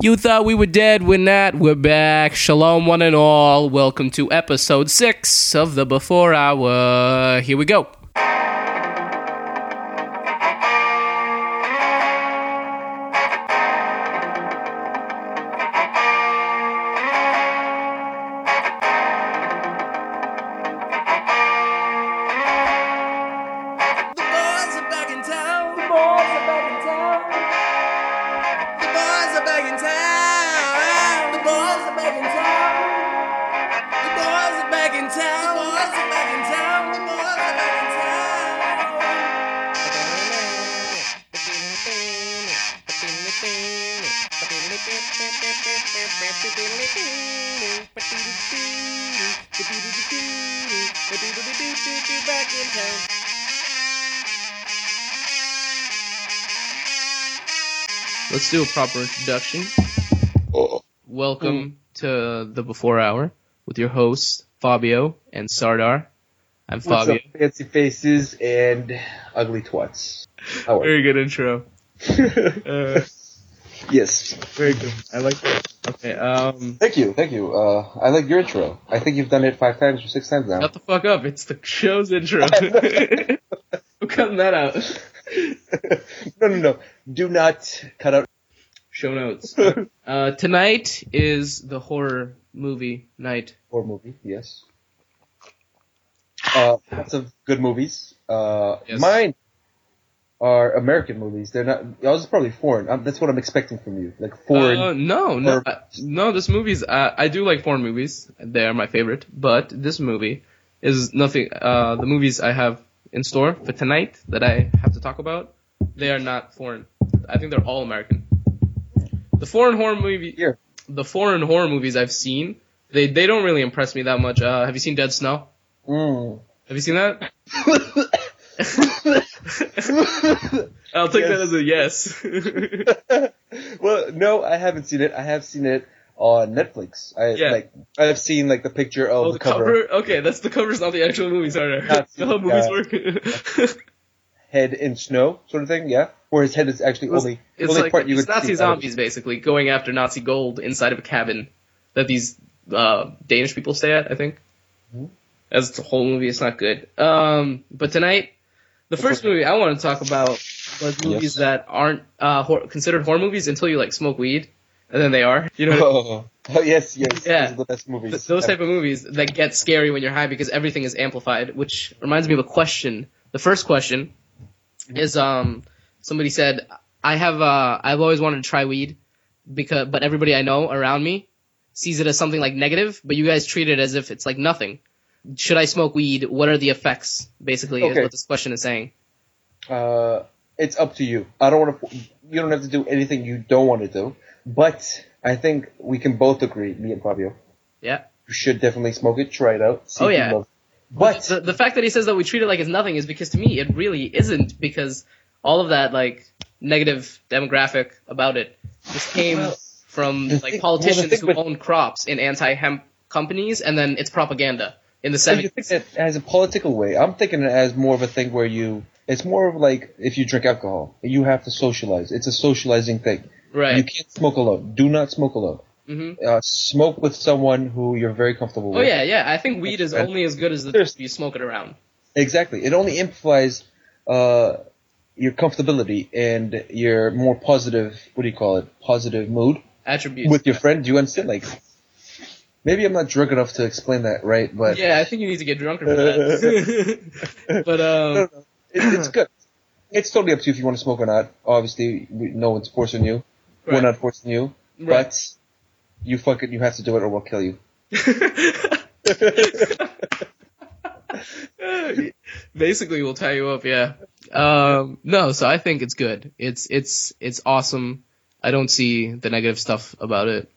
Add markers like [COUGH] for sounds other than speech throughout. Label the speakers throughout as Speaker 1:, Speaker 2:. Speaker 1: You thought we were dead, we're not, we're back. Shalom, one and all. Welcome to episode six of the Before Hour. Here we go.
Speaker 2: The boys are back in town. The boys are back in town. The boys are back in town. The boys are back in town. The boys are back in town. The boys are back in town. The boys are back in town. Back in town.
Speaker 1: Let's do a proper introduction.
Speaker 3: Oh,
Speaker 1: Welcome to the Before Hour with your hosts, Fabio and Sardar. I'm
Speaker 3: what's
Speaker 1: Fabio.
Speaker 3: up, fancy faces and ugly twats? How are you?
Speaker 1: Very good intro. Uh,
Speaker 3: [LAUGHS] yes.
Speaker 1: very good. I like that. Okay, um,
Speaker 3: Thank you, thank you. Uh, I like your intro. I think you've done it five times or six times now.
Speaker 1: shut the fuck up. It's the show's [LAUGHS] intro. I'm cutting that out.
Speaker 3: [LAUGHS] no, no, no. Do not cut out. [LAUGHS]
Speaker 1: Show notes. Uh, tonight is the horror movie night.
Speaker 3: Horror movie, yes. Uh, lots of good movies. Uh,
Speaker 1: Yes.
Speaker 3: Mine are American movies. They're not. Yours is probably foreign. i that's what I'm expecting from you. Like foreign.
Speaker 1: Uh, no, no,
Speaker 3: or-
Speaker 1: I, no. This movie's uh, I, I do like foreign movies; they are my favorite. But this movie is nothing. Uh, the movies I have in store for tonight that I have to talk about, they are not foreign. I think they're all American. The foreign horror movie,
Speaker 3: Here.
Speaker 1: the foreign horror movies I've seen, they they don't really impress me that much. Uh, have you seen Dead Snow?
Speaker 3: Mm.
Speaker 1: Have you seen that?
Speaker 3: Mm.
Speaker 1: [LAUGHS]
Speaker 3: [LAUGHS]
Speaker 1: I'll take that
Speaker 3: Yes.
Speaker 1: as a yes. [LAUGHS]
Speaker 3: [LAUGHS] well, no, I haven't seen it. I have seen it on Netflix. I
Speaker 1: Yeah.
Speaker 3: like I have seen like the picture of
Speaker 1: Oh,
Speaker 3: the, cover.
Speaker 1: Okay, that's the cover's not the actual movie, sorry.
Speaker 3: That's-
Speaker 1: the whole movie's [LAUGHS] work.
Speaker 3: head in snow sort of thing, yeah. Where his head is actually only
Speaker 1: it's
Speaker 3: only
Speaker 1: like
Speaker 3: part you
Speaker 1: it's
Speaker 3: would
Speaker 1: Nazi
Speaker 3: see out of it.
Speaker 1: zombies basically going after Nazi gold inside of a cabin that these uh, Danish people stay at. I think.
Speaker 3: Mm-hmm.
Speaker 1: As the whole movie, it's not good. Um, but tonight, the first movie I want to talk about was movies that aren't uh, hor- considered horror movies until you like smoke weed, and then they are. You know. what I mean?
Speaker 3: Oh, [LAUGHS] oh, yes, yes.
Speaker 1: Yeah.
Speaker 3: Those are the best movies.
Speaker 1: Th- those type of movies that get scary when you're high because everything is amplified which reminds me of a question the first question is um somebody said i have uh i've always wanted to try weed because but everybody i know around me sees it as something like negative but you guys treat it as if it's like nothing should i smoke weed what are the effects basically is
Speaker 3: Okay.
Speaker 1: what this question is saying
Speaker 3: uh, it's up to you. I don't want to. You don't have to do anything you don't want to do. But I think we can both agree, me and Fabio,
Speaker 1: yeah
Speaker 3: you should definitely smoke it, try it out, see
Speaker 1: Oh,
Speaker 3: if
Speaker 1: yeah.
Speaker 3: you love. it. But
Speaker 1: the, the fact that he says that we treat it like it's nothing is because to me it really isn't because all of that like negative demographic about it just came
Speaker 3: Well,
Speaker 1: from
Speaker 3: the
Speaker 1: like
Speaker 3: thing- well,
Speaker 1: politicians
Speaker 3: the thing
Speaker 1: who
Speaker 3: with-
Speaker 1: own crops in anti-hemp companies and then it's propaganda in the
Speaker 3: So you
Speaker 1: 70s
Speaker 3: think it as a political way. I'm thinking it as more of a thing where you. It's more of like if you drink alcohol, you have to socialize. It's a socializing thing. You
Speaker 1: right
Speaker 3: can't smoke alone. Do not smoke alone.
Speaker 1: hmm
Speaker 3: Uh, smoke with someone who you're very comfortable
Speaker 1: oh
Speaker 3: with.
Speaker 1: yeah yeah i think weed is
Speaker 3: Right.
Speaker 1: only as good as the
Speaker 3: There's-
Speaker 1: you smoke it around
Speaker 3: Exactly. It only implies uh, your comfortability and your more positive. What do you call it? Positive mood
Speaker 1: attributes
Speaker 3: with your friend. Do you understand? Like, maybe I'm not drunk enough to explain that right, but
Speaker 1: yeah i think you need to get drunker
Speaker 3: [LAUGHS]
Speaker 1: for that [LAUGHS] but um
Speaker 3: it, it's good. It's totally up to you if you want to smoke or not. Obviously, we, no one's forcing you. We're
Speaker 1: Right.
Speaker 3: not forcing you.
Speaker 1: Right.
Speaker 3: But you fucking you have to do it or we'll
Speaker 1: [LAUGHS]
Speaker 3: kill you.
Speaker 1: [LAUGHS] basically we'll tie you up yeah um no so i think it's good it's it's it's awesome i don't see the negative stuff about it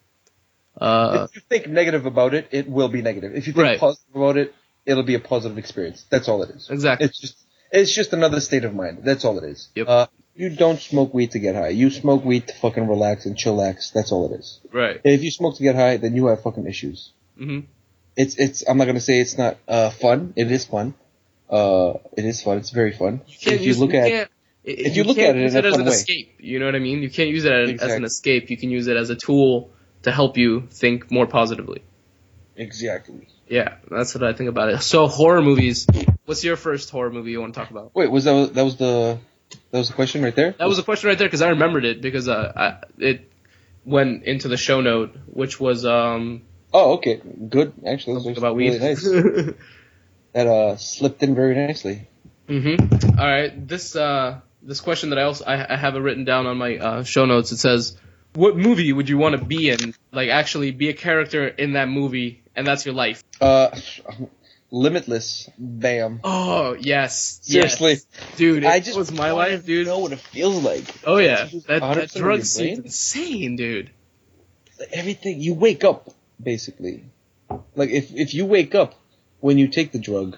Speaker 1: uh
Speaker 3: if you think negative about it, it will be negative. If you think
Speaker 1: Right.
Speaker 3: positive about it, it'll be a positive experience. That's all it is.
Speaker 1: Exactly.
Speaker 3: It's just it's just another state of mind. That's all it is.
Speaker 1: Yep.
Speaker 3: Uh, you don't smoke weed to get high. You smoke weed to fucking relax and chillax. That's all it is.
Speaker 1: right
Speaker 3: If you smoke to get high, then you have fucking issues.
Speaker 1: hmm
Speaker 3: It's it's. I'm not gonna say it's not uh, fun. It is fun. Uh, it is fun. It's very fun.
Speaker 1: you can't,
Speaker 3: if you look at
Speaker 1: can't If
Speaker 3: you look
Speaker 1: can't
Speaker 3: at it in
Speaker 1: use
Speaker 3: a
Speaker 1: it as
Speaker 3: fun
Speaker 1: an
Speaker 3: way.
Speaker 1: escape, you know what I mean? You can't use it as, as an
Speaker 3: Exactly.
Speaker 1: escape. You can use it as a tool to help you think more positively.
Speaker 3: Exactly.
Speaker 1: Yeah, that's what I think about it. So horror movies. What's your first horror movie you want to talk about?
Speaker 3: Wait, was that that was the that was the question right there?
Speaker 1: That was a question right there because I remembered it because uh, I, it went into the show note, which was um
Speaker 3: Oh, okay. Good. Actually, that was
Speaker 1: something
Speaker 3: actually
Speaker 1: about weed.
Speaker 3: really nice. That uh slipped in very nicely.
Speaker 1: [LAUGHS] Mm-hmm. All right. This uh, this question that I also I, I have it written down on my uh, show notes. It says, "What movie would you want to be in? Like actually be a character in that movie, and that's your life."
Speaker 3: Uh, [LAUGHS] limitless. Bam.
Speaker 1: Oh yes, yes.
Speaker 3: Seriously,
Speaker 1: dude, it
Speaker 3: I just
Speaker 1: was my
Speaker 3: wanna
Speaker 1: life, dude.
Speaker 3: Know what it feels like.
Speaker 1: Oh yeah,
Speaker 3: Just
Speaker 1: that,
Speaker 3: 100%
Speaker 1: that
Speaker 3: of your
Speaker 1: drug scene's
Speaker 3: brain.
Speaker 1: insane, dude.
Speaker 3: Everything you wake up basically. Like if if you wake up when you take the drug,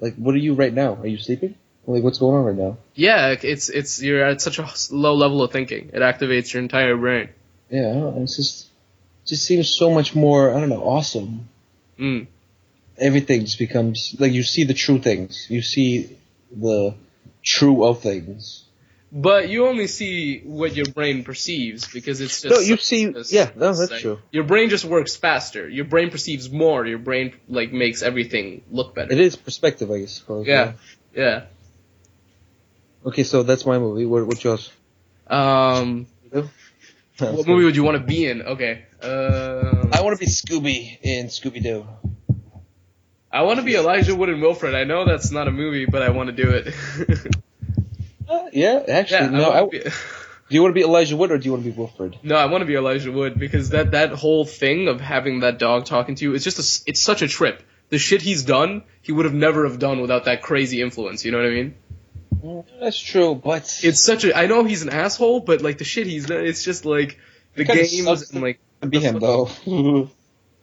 Speaker 3: like what are you right now? Are you sleeping? Like what's going on right now?
Speaker 1: Yeah, it's it's you're at such a low level of thinking. It activates your entire brain.
Speaker 3: Yeah, I don't know. It's just just seems so much more. I don't know. Awesome.
Speaker 1: Mm.
Speaker 3: everything just becomes like you see the true things. You see the true of things.
Speaker 1: But you only see what your brain perceives because it's just
Speaker 3: No, you see- yeah, no, that's
Speaker 1: like,
Speaker 3: true.
Speaker 1: Your brain just works faster. Your brain perceives more. Your brain like makes everything look better.
Speaker 3: It is perspective, I suppose.
Speaker 1: Yeah, yeah.
Speaker 3: Okay, so that's my movie. What what's yours?
Speaker 1: Um, [LAUGHS] what movie would you want to be in? Okay. Um,
Speaker 3: I want to be Scooby in Scooby Doo.
Speaker 1: I want to be Elijah Wood and Wilfred. I know that's not a movie, but I want to do it. [LAUGHS]
Speaker 3: Uh, yeah, actually,
Speaker 1: yeah, I
Speaker 3: no. I,
Speaker 1: wanna
Speaker 3: do [LAUGHS]
Speaker 1: be-
Speaker 3: you want to be Elijah Wood or do you want to be Wilfred?
Speaker 1: No, I want to be Elijah Wood because that that whole thing of having that dog talking to you it's just a, s- it's such a trip. The shit he's done, he would have never have done without that crazy influence. You know what I mean?
Speaker 3: That's true, but
Speaker 1: It's such a. I know he's an asshole, but like the shit he's done, it's just like the
Speaker 3: It kinda
Speaker 1: games
Speaker 3: sucks
Speaker 1: and like.
Speaker 3: to be him though.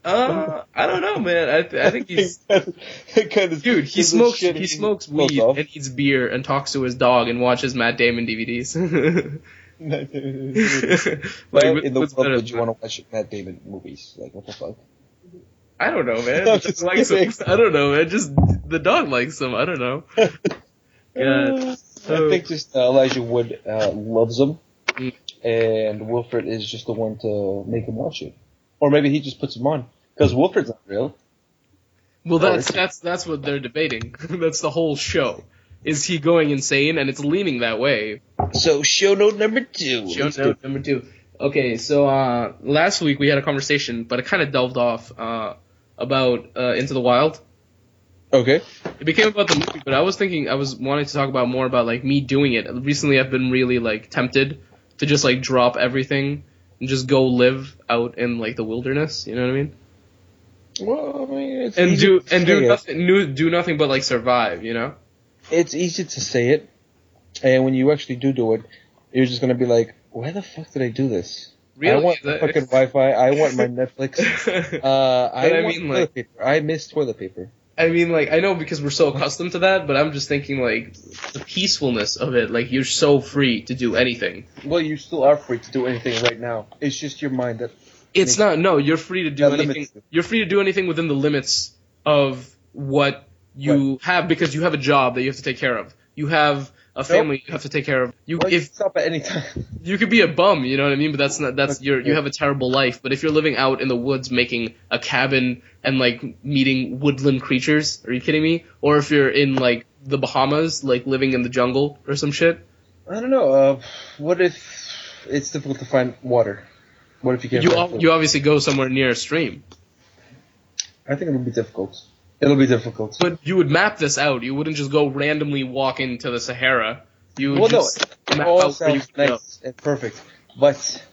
Speaker 1: Uh, I don't know, man. I th- I
Speaker 3: [LAUGHS]
Speaker 1: think he's
Speaker 3: It kinda-
Speaker 1: dude. He
Speaker 3: it's a
Speaker 1: smokes
Speaker 3: shit
Speaker 1: he smokes weed
Speaker 3: off.
Speaker 1: and eats beer and talks to his dog and watches Matt Damon [LAUGHS] DVDs.
Speaker 3: [LAUGHS] Like,
Speaker 1: [LAUGHS] like,
Speaker 3: Why
Speaker 1: what-
Speaker 3: in the
Speaker 1: what's
Speaker 3: world
Speaker 1: better
Speaker 3: would
Speaker 1: than
Speaker 3: you want to watch Matt Damon movies? Like what
Speaker 1: [LAUGHS]
Speaker 3: the fuck?
Speaker 1: I don't know,
Speaker 3: [LAUGHS]
Speaker 1: man.
Speaker 3: I'm
Speaker 1: The
Speaker 3: just
Speaker 1: dog likes
Speaker 3: kidding.
Speaker 1: him. I don't know, man. Just the dog likes him. I don't know. Yeah.
Speaker 3: [LAUGHS] I think just uh, Elijah Wood uh, loves him,
Speaker 1: Mm.
Speaker 3: and Wilfred is just the one to make him watch it, or maybe he just puts him on because Wilfred's not real.
Speaker 1: Well, that's
Speaker 3: is he?
Speaker 1: that's that's what they're debating. [LAUGHS] that's the whole show. Is he going insane? And it's leaning that way.
Speaker 3: So show note number two.
Speaker 1: Show
Speaker 3: Let's do
Speaker 1: note
Speaker 3: it.
Speaker 1: number two. Okay, so uh, last week we had a conversation, but it kind of delved off uh, about uh, Into the Wild.
Speaker 3: Okay.
Speaker 1: It became about the movie, but I was thinking I was wanting to talk about more about like me doing it. Recently, I've been really like tempted to just like drop everything and just go live out in like the wilderness. You know what I mean?
Speaker 3: Well, I mean, it's
Speaker 1: and
Speaker 3: easy
Speaker 1: do
Speaker 3: to
Speaker 1: and
Speaker 3: say
Speaker 1: do
Speaker 3: it.
Speaker 1: nothing, do, do nothing but like survive, you know?
Speaker 3: It's easy to say it, and when you actually do do it, you're just gonna be like, "Why the fuck did I do this? I
Speaker 1: Really?
Speaker 3: want
Speaker 1: That-
Speaker 3: fucking Wi-Fi. I want
Speaker 1: [LAUGHS]
Speaker 3: my Netflix. Uh, I,
Speaker 1: I
Speaker 3: want
Speaker 1: mean,
Speaker 3: toilet
Speaker 1: like-
Speaker 3: paper. I miss toilet paper.
Speaker 1: I mean, like I know because we're so accustomed to that, but I'm just thinking like the peacefulness of it. Like you're so free to do anything.
Speaker 3: Well, you still are free to do anything right now. It's just your mind that
Speaker 1: It's not no. You're free to do
Speaker 3: Yeah,
Speaker 1: anything.
Speaker 3: limits.
Speaker 1: You're free to do anything within the limits of what you have because you have a job that you have to take care of. You have a family you have to take care of. You
Speaker 3: well, you
Speaker 1: if
Speaker 3: can stop at any time. [LAUGHS]
Speaker 1: you could be a bum, you know what I mean? But that's not that's you're you
Speaker 3: Yeah.
Speaker 1: have a terrible life. But if you're living out in the woods making a cabin and like meeting woodland creatures, are you kidding me? Or if you're in like the Bahamas, like living in the jungle or some shit.
Speaker 3: I don't know. Uh, what if it's difficult to find water? What if you can't?
Speaker 1: You
Speaker 3: find
Speaker 1: al-
Speaker 3: food?
Speaker 1: you obviously go somewhere near a stream.
Speaker 3: I think it'll be difficult. It'll be difficult.
Speaker 1: But you would map this out. You wouldn't just go randomly walk into the Sahara. You would
Speaker 3: well, no,
Speaker 1: just
Speaker 3: it
Speaker 1: map
Speaker 3: all
Speaker 1: out where you
Speaker 3: sounds
Speaker 1: go.
Speaker 3: nice and perfect, but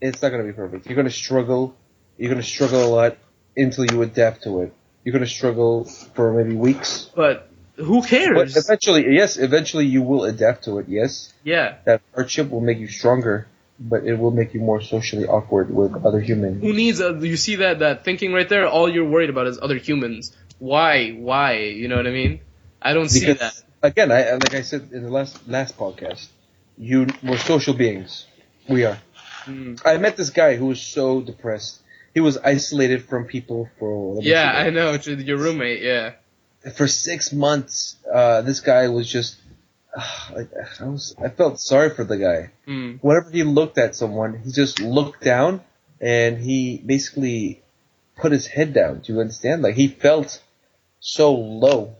Speaker 3: it's not gonna be perfect. You're gonna struggle. You're gonna struggle a lot until you adapt to it. You're gonna struggle for maybe
Speaker 1: [LAUGHS]
Speaker 3: weeks.
Speaker 1: But who
Speaker 3: But
Speaker 1: cares?
Speaker 3: eventually, yes, eventually you will adapt to it. Yes,
Speaker 1: yeah.
Speaker 3: that hardship will make you stronger, but it will make you more socially awkward with other humans.
Speaker 1: who needs a, you see that that thinking right there all you're worried about is other humans why why you know what i mean i don't see
Speaker 3: Because
Speaker 1: that
Speaker 3: again, I like I said in the last last podcast, you we're social beings. We are.
Speaker 1: Mm.
Speaker 3: I met this guy who was so depressed. He was isolated from people for let me
Speaker 1: yeah
Speaker 3: see,
Speaker 1: i know it's your roommate yeah
Speaker 3: for six months. Uh, this guy was just I, I was I felt sorry for the guy.
Speaker 1: Mm.
Speaker 3: Whenever he looked at someone, he just looked down and he basically put his head down. Do you understand? Like he felt so low.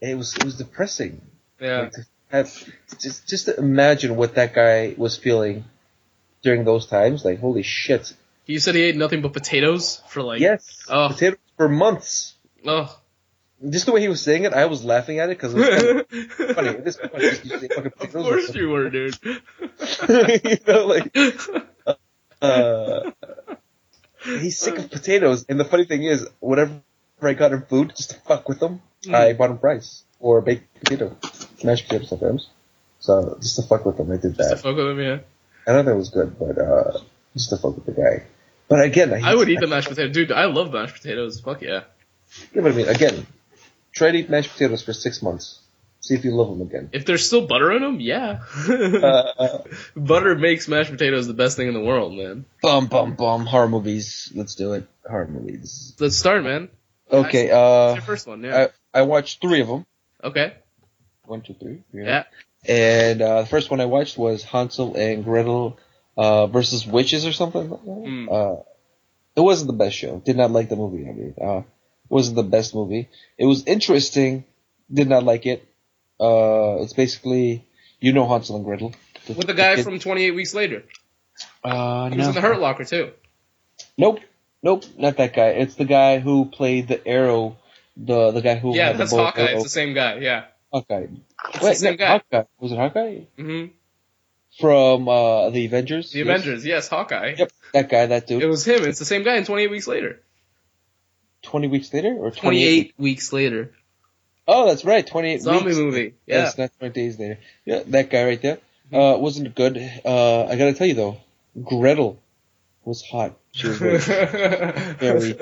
Speaker 3: It was it was depressing.
Speaker 1: Yeah.
Speaker 3: Like, to have- just just to imagine what that guy was feeling during those times. Like holy shit.
Speaker 1: You said he ate nothing but potatoes for like.
Speaker 3: Yes.
Speaker 1: Oh.
Speaker 3: Potatoes for months.
Speaker 1: Oh.
Speaker 3: Just the way he was saying it, I was laughing at it because it was
Speaker 1: [LAUGHS]
Speaker 3: kind of funny. At this point, you just say fucking
Speaker 1: Of
Speaker 3: potatoes.
Speaker 1: course you were,
Speaker 3: [LAUGHS]
Speaker 1: dude.
Speaker 3: you know, like uh, he's sick of potatoes. And the funny thing is, whatever I got him food, just to fuck with him,
Speaker 1: Hmm.
Speaker 3: I bought him rice or baked potato, mashed potato sometimes. So just to fuck with him, I did
Speaker 1: Just to
Speaker 3: that.
Speaker 1: fuck with him, yeah.
Speaker 3: I know that was good, but uh, just to fuck with the guy. But again,
Speaker 1: I would eat the mashed potato, dude. I love mashed potatoes. Fuck yeah.
Speaker 3: You know what I mean? Again, try to eat mashed potatoes for six months. See if you love them again.
Speaker 1: If there's still butter in them, yeah.
Speaker 3: Uh, uh,
Speaker 1: [LAUGHS] butter makes mashed potatoes the best thing in the world, man.
Speaker 3: bum bum bum. Horror movies. Let's do it. Horror movies.
Speaker 1: Let's start, man.
Speaker 3: Okay.
Speaker 1: What's
Speaker 3: Uh,
Speaker 1: your first one? Yeah.
Speaker 3: I I watched three of them.
Speaker 1: okay.
Speaker 3: One, two, three.
Speaker 1: Yeah.
Speaker 3: And uh, the first one I watched was Hansel and Gretel uh, versus witches or something. Like that.
Speaker 1: Mm.
Speaker 3: Uh, it wasn't the best show. Did not like the movie. I mean, uh, wasn't the best movie. It was interesting. Did not like it. Uh, it's basically you know Hansel and Gretel.
Speaker 1: With the guy
Speaker 3: kid-
Speaker 1: from 28 Weeks Later.
Speaker 3: uh,
Speaker 1: He was
Speaker 3: no.
Speaker 1: in the Hurt Locker, too.
Speaker 3: Nope, nope, not that guy. It's the guy who played the arrow. The the guy who
Speaker 1: Yeah,
Speaker 3: had the
Speaker 1: that's
Speaker 3: bow
Speaker 1: Hawkeye.
Speaker 3: arrow.
Speaker 1: It's the same guy, yeah.
Speaker 3: Hawkeye.
Speaker 1: It's
Speaker 3: Wait,
Speaker 1: the same
Speaker 3: no,
Speaker 1: guy.
Speaker 3: Hawkeye. Was it Hawkeye
Speaker 1: hmm
Speaker 3: from uh, the Avengers?
Speaker 1: The
Speaker 3: Yes.
Speaker 1: Avengers, yes, Hawkeye.
Speaker 3: Yep, that guy, that dude.
Speaker 1: It was him. It's the same guy in 28 Weeks Later.
Speaker 3: 20 weeks later or 28?
Speaker 1: Weeks Later.
Speaker 3: Oh, that's right, 28
Speaker 1: Zombie
Speaker 3: weeks.
Speaker 1: movie. Yeah. Mm-hmm.
Speaker 3: Yes, not 20 days later. Yeah, that guy right there. Uh, wasn't good. Uh, I gotta tell you though, Gretel was hot. She was really,
Speaker 1: [LAUGHS]
Speaker 3: Very.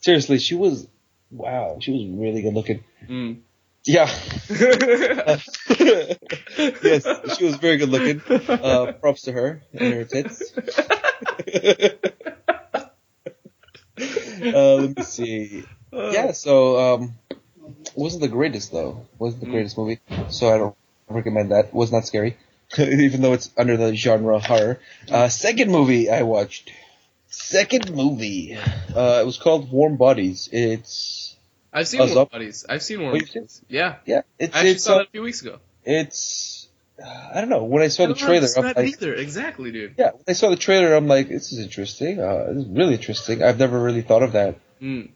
Speaker 3: seriously, she was, wow, she was really good looking.
Speaker 1: Mm. [LAUGHS]
Speaker 3: Yeah. yes, she
Speaker 1: [LAUGHS]
Speaker 3: was very good looking. Uh, props to her and her tits. uh, let me see. yeah, so um, wasn't the greatest though. Wasn't the
Speaker 1: Mm.
Speaker 3: greatest movie, so I don't recommend that. Was not scary, [LAUGHS] even though it's under the genre horror. Uh, second movie I watched. Second movie. Uh, it was called Warm Bodies. It's
Speaker 1: I've seen
Speaker 3: Us
Speaker 1: Warm
Speaker 3: Up?
Speaker 1: Buddies. I've seen Warm
Speaker 3: Wait, you
Speaker 1: Buddies. Yeah.
Speaker 3: yeah. Oh, It's
Speaker 1: I actually
Speaker 3: it's
Speaker 1: saw
Speaker 3: uh,
Speaker 1: that a few weeks ago.
Speaker 3: it's. uh, I don't know. When I saw
Speaker 1: I
Speaker 3: the
Speaker 1: don't know,
Speaker 3: trailer,
Speaker 1: it's
Speaker 3: I'm
Speaker 1: not
Speaker 3: like-
Speaker 1: either. Exactly, dude.
Speaker 3: yeah, when I saw the trailer, I'm like, this is interesting. Uh, this is really interesting. I've never really thought of that.
Speaker 1: Mm.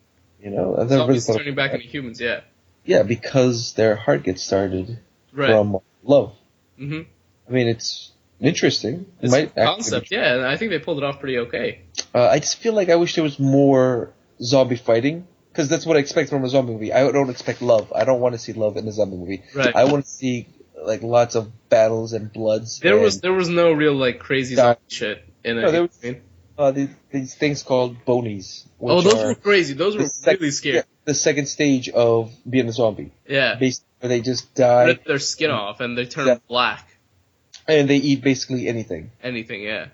Speaker 3: You know, I've never really
Speaker 1: Zombies
Speaker 3: thought.
Speaker 1: turning
Speaker 3: Of
Speaker 1: back
Speaker 3: that.
Speaker 1: into humans. Yeah.
Speaker 3: Yeah, because their heart gets started
Speaker 1: Right.
Speaker 3: from love.
Speaker 1: hmm
Speaker 3: I mean, it's interesting. It
Speaker 1: It's
Speaker 3: might
Speaker 1: a
Speaker 3: actually-
Speaker 1: concept, yeah, and I think they pulled it off pretty okay.
Speaker 3: Uh, I just feel like I wish there was more zombie fighting because that's what I expect from a zombie movie. I don't expect love. I don't want to see love in a zombie movie.
Speaker 1: Right.
Speaker 3: I want to see like lots of battles and bloods.
Speaker 1: There
Speaker 3: and,
Speaker 1: was there was no real like crazy
Speaker 3: Yeah.
Speaker 1: zombie shit in it.
Speaker 3: No, there was-
Speaker 1: you know what I mean?
Speaker 3: uh, these, these things called bonies. Which
Speaker 1: oh, those
Speaker 3: are
Speaker 1: were crazy. Those
Speaker 3: the
Speaker 1: were
Speaker 3: sec-
Speaker 1: really scary.
Speaker 3: yeah, the second stage of being a zombie,
Speaker 1: Yeah,
Speaker 3: basically, where they just die
Speaker 1: rip their skin off and they turn
Speaker 3: Yeah.
Speaker 1: black.
Speaker 3: and they eat basically anything.
Speaker 1: Anything, yeah.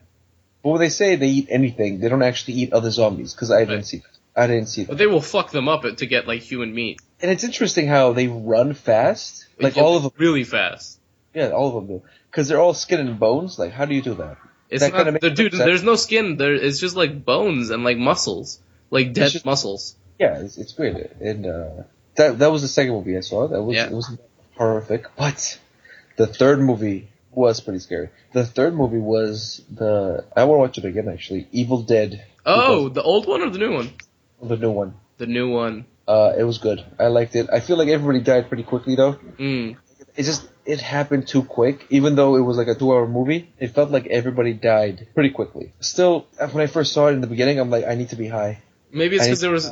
Speaker 3: But when they say they eat anything, they don't actually eat other zombies because I
Speaker 1: Right.
Speaker 3: didn't see that. I didn't see that.
Speaker 1: But they will fuck them up to get like human meat.
Speaker 3: And it's interesting how they run fast. Like
Speaker 1: They
Speaker 3: all of them,
Speaker 1: really fast.
Speaker 3: yeah, all of them do, because they're all skin and bones. Like, how do you do that?
Speaker 1: It's
Speaker 3: That kinda
Speaker 1: not
Speaker 3: makes
Speaker 1: the dude.
Speaker 3: sense.
Speaker 1: There's no skin. There, it's just like bones and like muscles, like dead
Speaker 3: just-
Speaker 1: muscles.
Speaker 3: Yeah, it's, it's weird. And uh, that that was the second movie I saw. That was
Speaker 1: Yeah.
Speaker 3: it was horrific. But the third movie was pretty scary. The third movie was the I want to watch it again actually. Evil Dead.
Speaker 1: Oh, the old one or the new one?
Speaker 3: the new one.
Speaker 1: The new one.
Speaker 3: Uh, it was good. I liked it. I feel like everybody died pretty quickly though.
Speaker 1: Mm.
Speaker 3: It just it happened too quick. Even though it was like a two-hour movie, it felt like everybody died pretty quickly. Still, when I first saw it in the beginning, I'm like, I need to be high.
Speaker 1: Maybe it's
Speaker 3: I-
Speaker 1: because there
Speaker 3: [LAUGHS]
Speaker 1: was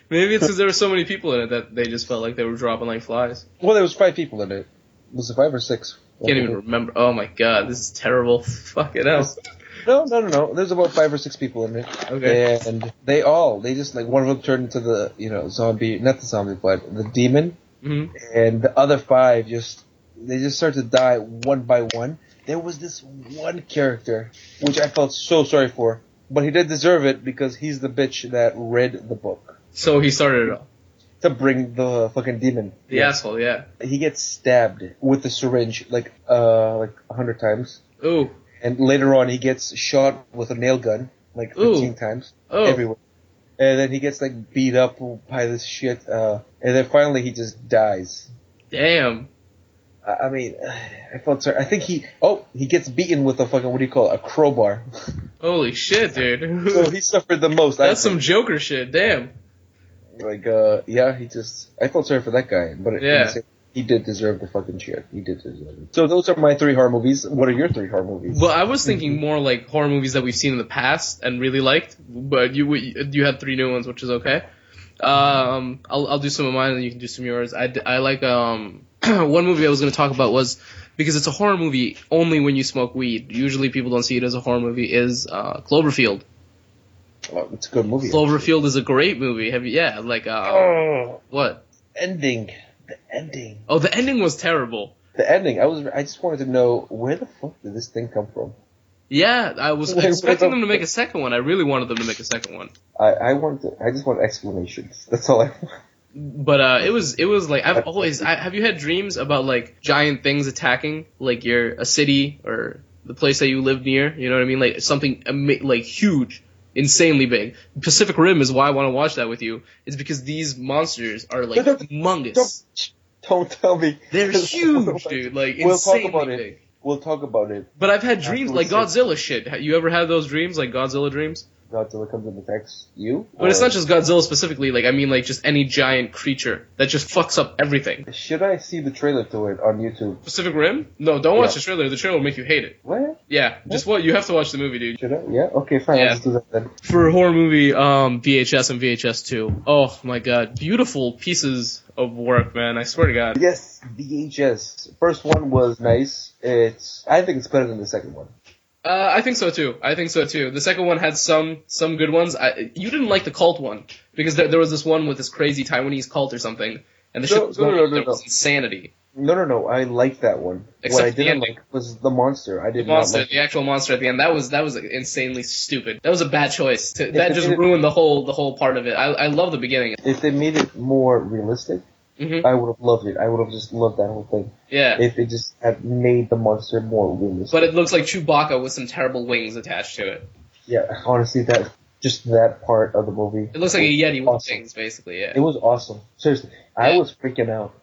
Speaker 1: [LAUGHS] maybe it's because there were so many people in it that they just felt like they were dropping like flies.
Speaker 3: Well, there was five people in it. Was it five or six?
Speaker 1: Can't even remember. Oh my god, this is terrible. [LAUGHS] Fucking hell.
Speaker 3: No, no, no, no. There's about five or six people in it,
Speaker 1: Okay.
Speaker 3: and they all they just like one of them turned into the you know zombie, not the zombie, but the demon,
Speaker 1: Mhm.
Speaker 3: and the other five just they just start to die one by one. There was this one character which I felt so sorry for, but he did deserve it because he's the bitch that read the book.
Speaker 1: So he started it all.
Speaker 3: to bring the fucking demon.
Speaker 1: The asshole, yeah.
Speaker 3: He gets stabbed with a syringe like uh like a hundred times,
Speaker 1: Ooh.
Speaker 3: and later on he gets shot with a nail gun like
Speaker 1: Ooh.
Speaker 3: fifteen times
Speaker 1: Oh.
Speaker 3: everywhere. And then he gets like beat up by this shit, uh, and then finally he just dies.
Speaker 1: Damn.
Speaker 3: I, I mean, [SIGHS] I felt sorry. I think he oh he gets beaten with a fucking what do you call it a crowbar. [LAUGHS]
Speaker 1: Holy shit, dude.
Speaker 3: so he suffered the most.
Speaker 1: [LAUGHS]
Speaker 3: I
Speaker 1: That's some
Speaker 3: [LAUGHS] think.
Speaker 1: Joker shit. Damn.
Speaker 3: like uh yeah he just I felt sorry for that guy, but it,
Speaker 1: Yeah.
Speaker 3: he did deserve the fucking shit. He did deserve it. So those are my three horror movies. What are your three horror movies?
Speaker 1: Well, I was
Speaker 3: Mm-hmm.
Speaker 1: thinking more like horror movies that we've seen in the past and really liked, but you you had three new ones, which is okay. Um, I'll I'll do some of mine and you can do some of yours. I, d- I like um [CLEARS THROAT] one movie I was going to talk about was because it's a horror movie only when you smoke weed. Usually people don't see it as a horror movie. Is uh, Cloverfield?
Speaker 3: Oh, it's a good movie.
Speaker 1: Cloverfield is a great movie. Have you? Yeah, like uh,
Speaker 3: Oh,
Speaker 1: what?
Speaker 3: ending. The ending.
Speaker 1: Oh, the ending was terrible.
Speaker 3: The ending. I was. I just wanted to know where the fuck did this thing come from.
Speaker 1: Yeah, I was
Speaker 3: [LAUGHS] Wait, what
Speaker 1: expecting
Speaker 3: the-
Speaker 1: them to make a second one. I really wanted them to make a second one.
Speaker 3: I I wanted. To, I just want explanations. That's all I want.
Speaker 1: But uh, it was it was like I've always I, have you had dreams about like giant things attacking like your a city or the place that you live near? You know what I mean? Like something ama- like huge, insanely big. Pacific Rim is why I want to watch that with you. It's because these monsters are like humongous.
Speaker 3: Don't, don't tell me. [LAUGHS]
Speaker 1: They're huge, dude. Like
Speaker 3: We'll talk
Speaker 1: insanely
Speaker 3: about
Speaker 1: big.
Speaker 3: it. We'll talk about it.
Speaker 1: But I've had dreams like
Speaker 3: Absolutely.
Speaker 1: Godzilla shit. Ha- You ever had those dreams like Godzilla dreams?
Speaker 3: Godzilla comes and attacks you.
Speaker 1: But it's
Speaker 3: or-
Speaker 1: not just Godzilla specifically. Like I mean, like just any giant creature that just fucks up everything.
Speaker 3: Should I see the trailer to it on YouTube?
Speaker 1: Pacific Rim? No, don't watch
Speaker 3: Yeah.
Speaker 1: the trailer. The trailer will make you hate it.
Speaker 3: What?
Speaker 1: Yeah, just what you have to watch the movie, dude.
Speaker 3: Should I? Yeah. Okay. Fine.
Speaker 1: Yeah.
Speaker 3: Let's do that then.
Speaker 1: For a horror movie, um, VHS and VHS two. Oh my god, beautiful pieces of work, man. I swear to God.
Speaker 3: Yes, VHS. First one was nice. It's. I think it's better than the second one.
Speaker 1: Uh, I think so too. I think so too. The second one had some some good ones. I, you didn't like the cult one because there, there was this one with this crazy Taiwanese cult or something, and the
Speaker 3: No,
Speaker 1: shit was
Speaker 3: no,
Speaker 1: going
Speaker 3: no,
Speaker 1: on.
Speaker 3: no,
Speaker 1: There
Speaker 3: no.
Speaker 1: was insanity.
Speaker 3: No, no, no. I liked that one.
Speaker 1: Except
Speaker 3: what I
Speaker 1: for the
Speaker 3: didn't
Speaker 1: ending.
Speaker 3: like was the monster. I did
Speaker 1: The monster,
Speaker 3: not like.
Speaker 1: the actual monster at the end. That was that was insanely stupid. That was a bad choice. To, that
Speaker 3: [LAUGHS] they
Speaker 1: just
Speaker 3: did it-
Speaker 1: ruined the whole the whole part of it. I I love the beginning.
Speaker 3: If they made it more realistic,
Speaker 1: hmm
Speaker 3: I would have loved it. I would have just loved that whole thing.
Speaker 1: Yeah.
Speaker 3: If they just had made the monster more realistic.
Speaker 1: But it looks like Chewbacca with some terrible wings attached to it.
Speaker 3: yeah, honestly, that just that part of the movie.
Speaker 1: It looks like a Yeti with
Speaker 3: Awesome.
Speaker 1: wings, basically. Yeah.
Speaker 3: It was awesome. Seriously, I
Speaker 1: Yeah.
Speaker 3: was
Speaker 1: [LAUGHS]
Speaker 3: freaking out.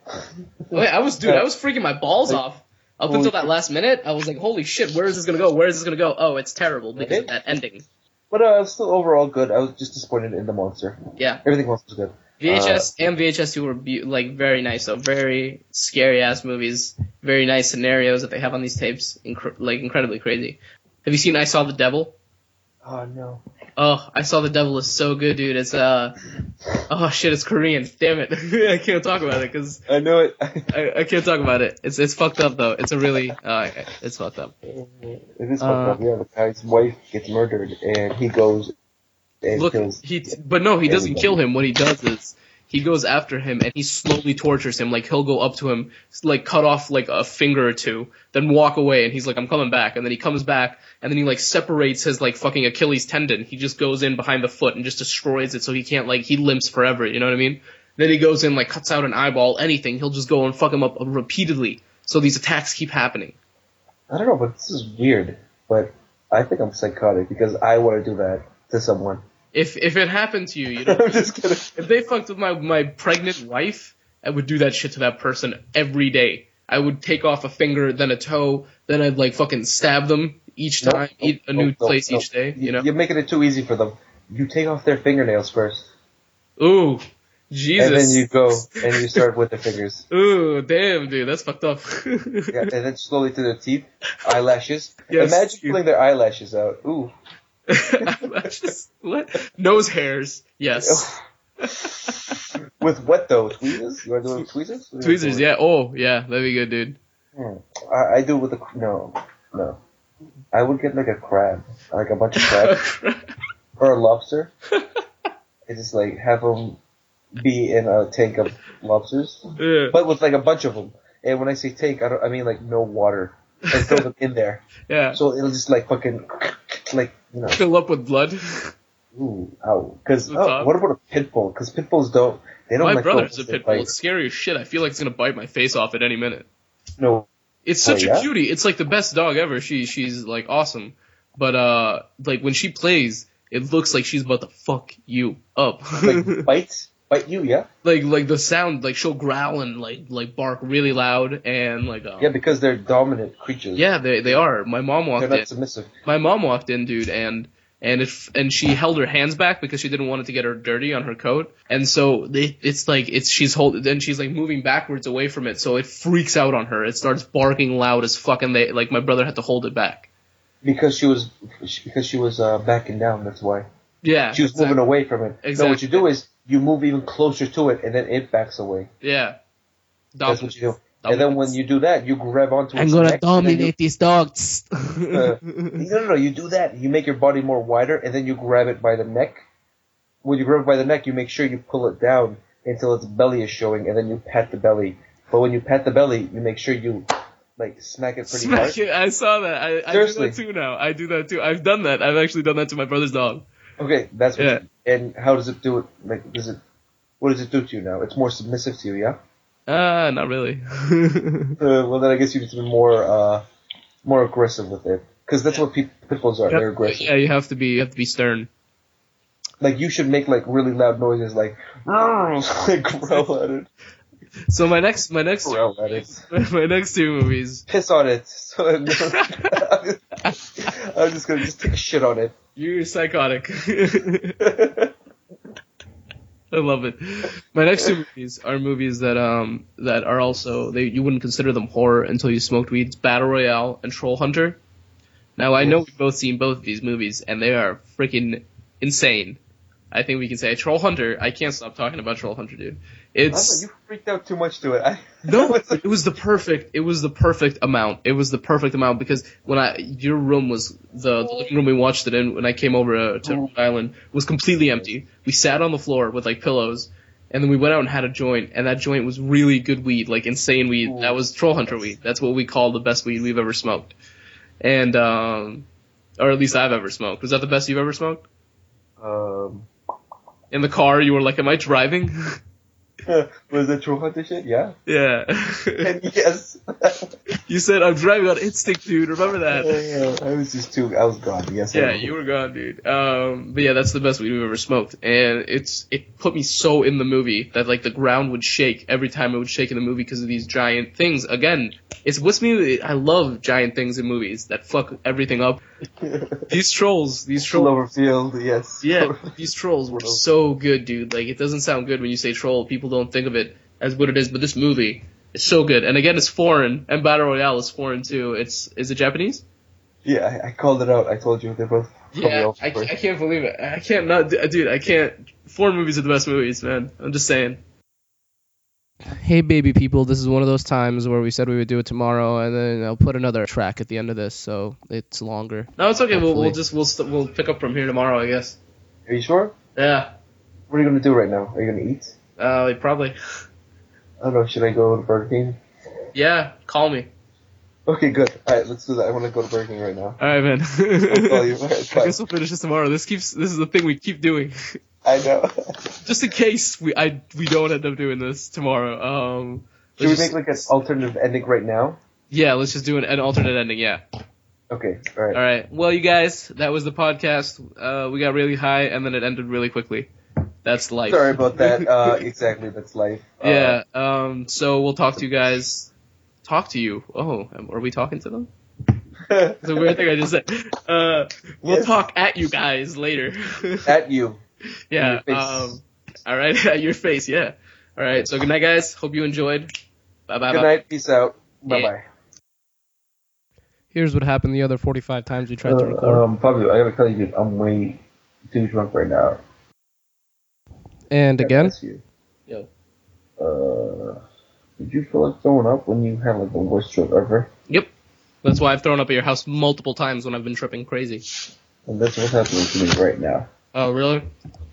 Speaker 1: Wait, Oh, I was, dude, I was freaking my balls off up
Speaker 3: Holy
Speaker 1: until that
Speaker 3: shit.
Speaker 1: last minute. I was like, holy shit, where is this gonna go? Where is this gonna go? Oh, it's terrible because of
Speaker 3: Really?
Speaker 1: that ending.
Speaker 3: But uh, it was still overall good. I was just disappointed in the monster.
Speaker 1: Yeah.
Speaker 3: Everything else was good.
Speaker 1: VHS and VHS two were be- like very nice, though. Very scary ass movies. Very nice scenarios that they have on these tapes. Incre- like incredibly crazy. Have you seen I Saw the Devil?
Speaker 3: Oh no.
Speaker 1: Oh, I saw the devil is so good, dude. It's uh, oh shit, it's Korean. Damn it, [LAUGHS] I can't talk about it because
Speaker 3: I know it. [LAUGHS]
Speaker 1: I, I can't talk about it. It's it's fucked up though. It's a really uh, it's fucked up.
Speaker 3: it is fucked
Speaker 1: Uh,
Speaker 3: up. Yeah, the guy's wife gets murdered, and he goes and
Speaker 1: Look,
Speaker 3: kills.
Speaker 1: he but no, he doesn't
Speaker 3: Everybody.
Speaker 1: kill him. What he does is he goes after him and he slowly tortures him. Like he'll go up to him, like cut off like a finger or two, then walk away. And he's like, "I'm coming back." And then he comes back, and then he like separates his like fucking Achilles tendon. He just goes in behind the foot and just destroys it, so he can't like he limps forever. You know what I mean? Then he goes in like cuts out an eyeball, anything. He'll just go and fuck him up repeatedly. So these attacks keep happening.
Speaker 3: I don't know, but this is weird. But I think I'm psychotic because I want to do that to someone. [LAUGHS]
Speaker 1: If if it happened to you, you know,
Speaker 3: I'm just kidding.
Speaker 1: if they fucked with my my pregnant wife, I would do that shit to that person every day. I would take off a finger, then a toe, then I'd like fucking stab them each
Speaker 3: Nope,
Speaker 1: time, eat a
Speaker 3: nope,
Speaker 1: new
Speaker 3: nope,
Speaker 1: place
Speaker 3: nope.
Speaker 1: each day. You know.
Speaker 3: You're making it too easy for them. You take off their fingernails first,
Speaker 1: Ooh,
Speaker 3: and then
Speaker 1: Jesus. [LAUGHS]
Speaker 3: you go and you start with the fingers.
Speaker 1: Ooh, damn, dude, that's fucked up.
Speaker 3: Yeah, and then slowly to their teeth, eyelashes.
Speaker 1: Yes.
Speaker 3: Imagine pulling their eyelashes out.
Speaker 1: [LAUGHS]
Speaker 3: Ooh.
Speaker 1: I [LAUGHS] just- what? Nose hairs. Yes.
Speaker 3: With what though? Tweezers? You want to do it with tweezers?
Speaker 1: Tweezers. Yeah. Oh, yeah. That'd be good, dude.
Speaker 3: Hmm. I, I do it with a no, no. I would get like a crab, like a bunch
Speaker 1: [LAUGHS]
Speaker 3: of crabs, or a lobster. and just like have them be in a tank of lobsters,
Speaker 1: yeah.
Speaker 3: but with like a bunch of them. And when I say tank, I don't, I mean like no water. And
Speaker 1: [LAUGHS]
Speaker 3: throw them in there,
Speaker 1: yeah.
Speaker 3: so it'll just like fucking, like you know,
Speaker 1: Fill up with blood.
Speaker 3: Ooh, ow. Because
Speaker 1: What's up?
Speaker 3: what about a pit bull? Because pit bulls don't. They don't
Speaker 1: My
Speaker 3: like
Speaker 1: brother's a
Speaker 3: dogs.
Speaker 1: pit
Speaker 3: They
Speaker 1: bull.
Speaker 3: bite.
Speaker 1: It's scary as shit. I feel like it's gonna bite my face off at any minute.
Speaker 3: No,
Speaker 1: It's such
Speaker 3: Oh, yeah?
Speaker 1: a cutie. It's like the best dog ever. She she's like awesome. But uh, like when she plays, it looks like she's about to fuck you up. [LAUGHS]
Speaker 3: [LAUGHS] like bites, bite you. Yeah,
Speaker 1: like like the sound like she'll growl and like like bark really loud and like um,
Speaker 3: yeah, because they're dominant creatures.
Speaker 1: yeah they they are my mom walked
Speaker 3: they're
Speaker 1: in
Speaker 3: not submissive.
Speaker 1: my mom walked in dude and and if and she held her hands back because she didn't want it to get her dirty on her coat and so they it's like it's she's holding and she's like moving backwards away from it so it freaks out on her it starts barking loud as fuck and they like my brother had to hold it back
Speaker 3: Because she was, because she was uh, backing down. That's why
Speaker 1: yeah
Speaker 3: she was
Speaker 1: exactly.
Speaker 3: moving away from it. So what
Speaker 1: Exactly.
Speaker 3: you do is you move even closer to it, and then it backs away.
Speaker 1: yeah
Speaker 3: That's what you do. And then when you do that, you grab onto.
Speaker 1: I'm
Speaker 3: its
Speaker 1: gonna
Speaker 3: neck, and then you-
Speaker 1: dominate these dogs. [LAUGHS]
Speaker 3: Uh, no, no, no. You do that. You make your body more wider, and then you grab it by the neck. When you grab it by the neck, you make sure you pull it down until its belly is showing, and then you pat the belly. But when you pat the belly, you make sure you like smack it pretty
Speaker 1: Smack
Speaker 3: hard.
Speaker 1: it. I saw that. I, I do
Speaker 3: Seriously.
Speaker 1: that too now. I do that too. I've done that. I've actually done that to my brother's dog.
Speaker 3: Okay, that's what
Speaker 1: Yeah.
Speaker 3: you- and how does it do it? Like, does it? What does it do to you now? It's more submissive to you, yeah.
Speaker 1: Uh, not really. [LAUGHS]
Speaker 3: Uh, well, then I guess you need to be more uh, more aggressive with it, because that's what people, pit bulls are. They're aggressive.
Speaker 1: yeah, you have to be. You have to be stern.
Speaker 3: Like you should make like really loud noises, like [LAUGHS] growl at it,
Speaker 1: So my next, my next, two,
Speaker 3: growl at it.
Speaker 1: [LAUGHS] my next two movies.
Speaker 3: piss on it. [LAUGHS] So I'm I'm just gonna just take a shit on it. [LAUGHS]
Speaker 1: You're psychotic. [LAUGHS] I love it. My next two movies are movies that um that are also they you wouldn't consider them horror until you smoked weed. It's Battle Royale and Troll Hunter. Now I know we've both seen both of these movies and they are freaking insane. I think we can say Troll Hunter. I can't stop talking about Troll Hunter, dude.
Speaker 3: I don't
Speaker 1: It's
Speaker 3: know, you freaked out too much to it. [LAUGHS] I,
Speaker 1: No,
Speaker 3: it's
Speaker 1: it was the perfect. It was the perfect amount. It was the perfect amount because when I your room was the, the living room we watched it in when I came over uh, to Rhode Island was completely empty. We sat on the floor with like pillows, and then we went out and had a joint, and that joint was really good weed, like insane weed. That was troll hunter weed. That's what we call the best weed we've ever smoked, and um, or at least I've ever smoked. Was that the best you've ever smoked?
Speaker 3: um, [LAUGHS]
Speaker 1: In the car, you were like, "Am I driving?" [LAUGHS]
Speaker 3: was it true hunter shit? Yeah. [LAUGHS]
Speaker 1: yeah.
Speaker 3: And yes. [LAUGHS]
Speaker 1: you said, "I'm driving on instinct, dude." Remember that.
Speaker 3: Yeah, I was just too. I was gone. Yes. I
Speaker 1: Yeah,
Speaker 3: remember.
Speaker 1: you were gone, dude. Um, but yeah, that's the best weed we've ever smoked, and it's it put me so in the movie that like the ground would shake every time it would shake in the movie because of these giant things. Again, it's what's me. I love giant things in movies that fuck everything up.
Speaker 3: [LAUGHS]
Speaker 1: these trolls, these trolls.
Speaker 3: Cloverfield. Yes.
Speaker 1: Yeah, these trolls were so good, dude. Like it doesn't sound good when you say troll. People don't think of it as what it is, but this movie is so good. And again, it's foreign, and Battle Royale is foreign too. It's is it Japanese?
Speaker 3: [LAUGHS] Yeah, I, I called it out. I told you they're both. from the
Speaker 1: Yeah,
Speaker 3: Elf
Speaker 1: I, ca-
Speaker 3: First.
Speaker 1: I can't believe it. I can't not, d- dude. I can't. Foreign movies are the best movies, man. I'm just saying. Hey, baby people. This is one of those times where we said we would do it tomorrow, and then I'll put another track at the end of this, so it's longer. No, it's okay. We'll, we'll
Speaker 3: Hopefully.
Speaker 1: just we'll st- we'll pick up from here tomorrow, I guess.
Speaker 3: Are you sure?
Speaker 1: Yeah.
Speaker 3: What are you gonna do right now? Are you gonna eat?
Speaker 1: Uh, like, probably.
Speaker 3: I don't know. Should I go to Burger King?
Speaker 1: Yeah. Call me.
Speaker 3: Okay, good. All right, let's do that. I want to go to Burger King right now.
Speaker 1: All right, man.
Speaker 3: [LAUGHS] I'll call you. All right,
Speaker 1: [LAUGHS] I
Speaker 3: bye.
Speaker 1: guess we'll finish this tomorrow. This keeps. This is the thing we keep doing. [LAUGHS]
Speaker 3: I know.
Speaker 1: just in case we I we don't end up doing this tomorrow. Um.
Speaker 3: [LAUGHS] Should we
Speaker 1: let's
Speaker 3: make
Speaker 1: just-
Speaker 3: like an alternative ending right now?
Speaker 1: Yeah, let's just do an, an alternate ending. Yeah.
Speaker 3: Okay. All right.
Speaker 1: All right. Well, you guys, that was the podcast. Uh, we got really high, and then it ended really quickly. That's life.
Speaker 3: Sorry
Speaker 1: [LAUGHS]
Speaker 3: about that. Uh, exactly, that's life. Uh, [LAUGHS]
Speaker 1: yeah. Um. So we'll talk to you guys. Talk to you. Oh, am- are we talking to them? It's a weird thing I just said. Uh, we'll
Speaker 3: Yes.
Speaker 1: talk at you guys later.
Speaker 3: [LAUGHS] At you.
Speaker 1: yeah.
Speaker 3: your face.
Speaker 1: Um. All right. [LAUGHS] At your face. Yeah. All right. So good night, guys. Hope you enjoyed. Bye bye.
Speaker 3: Good night. Peace out. Bye bye.
Speaker 1: Here's what happened the other 45 times we tried
Speaker 3: um, Pablo, I gotta tell you, dude, I'm way too drunk right now.
Speaker 1: And
Speaker 3: You.
Speaker 1: Yo.
Speaker 3: Uh, did you feel like throwing up when you had like the worst trip ever?
Speaker 1: Yep. That's why I've thrown up at your house multiple times when I've been tripping crazy.
Speaker 3: And that's what's happening to me right now. [LAUGHS]
Speaker 1: Oh, really?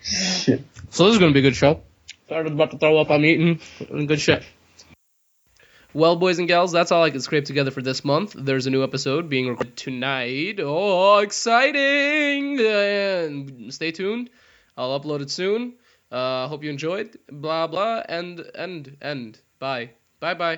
Speaker 3: Shit.
Speaker 1: So this is gonna be a good show. Started about to throw up. I'm eating. Good shit. Well, boys and gals, that's all I could scrape together for this month. There's a new episode being recorded tonight. Oh, exciting! And stay tuned. I'll upload it soon. Uh, hope you enjoyed. Blah blah. And and and. Bye. Bye bye.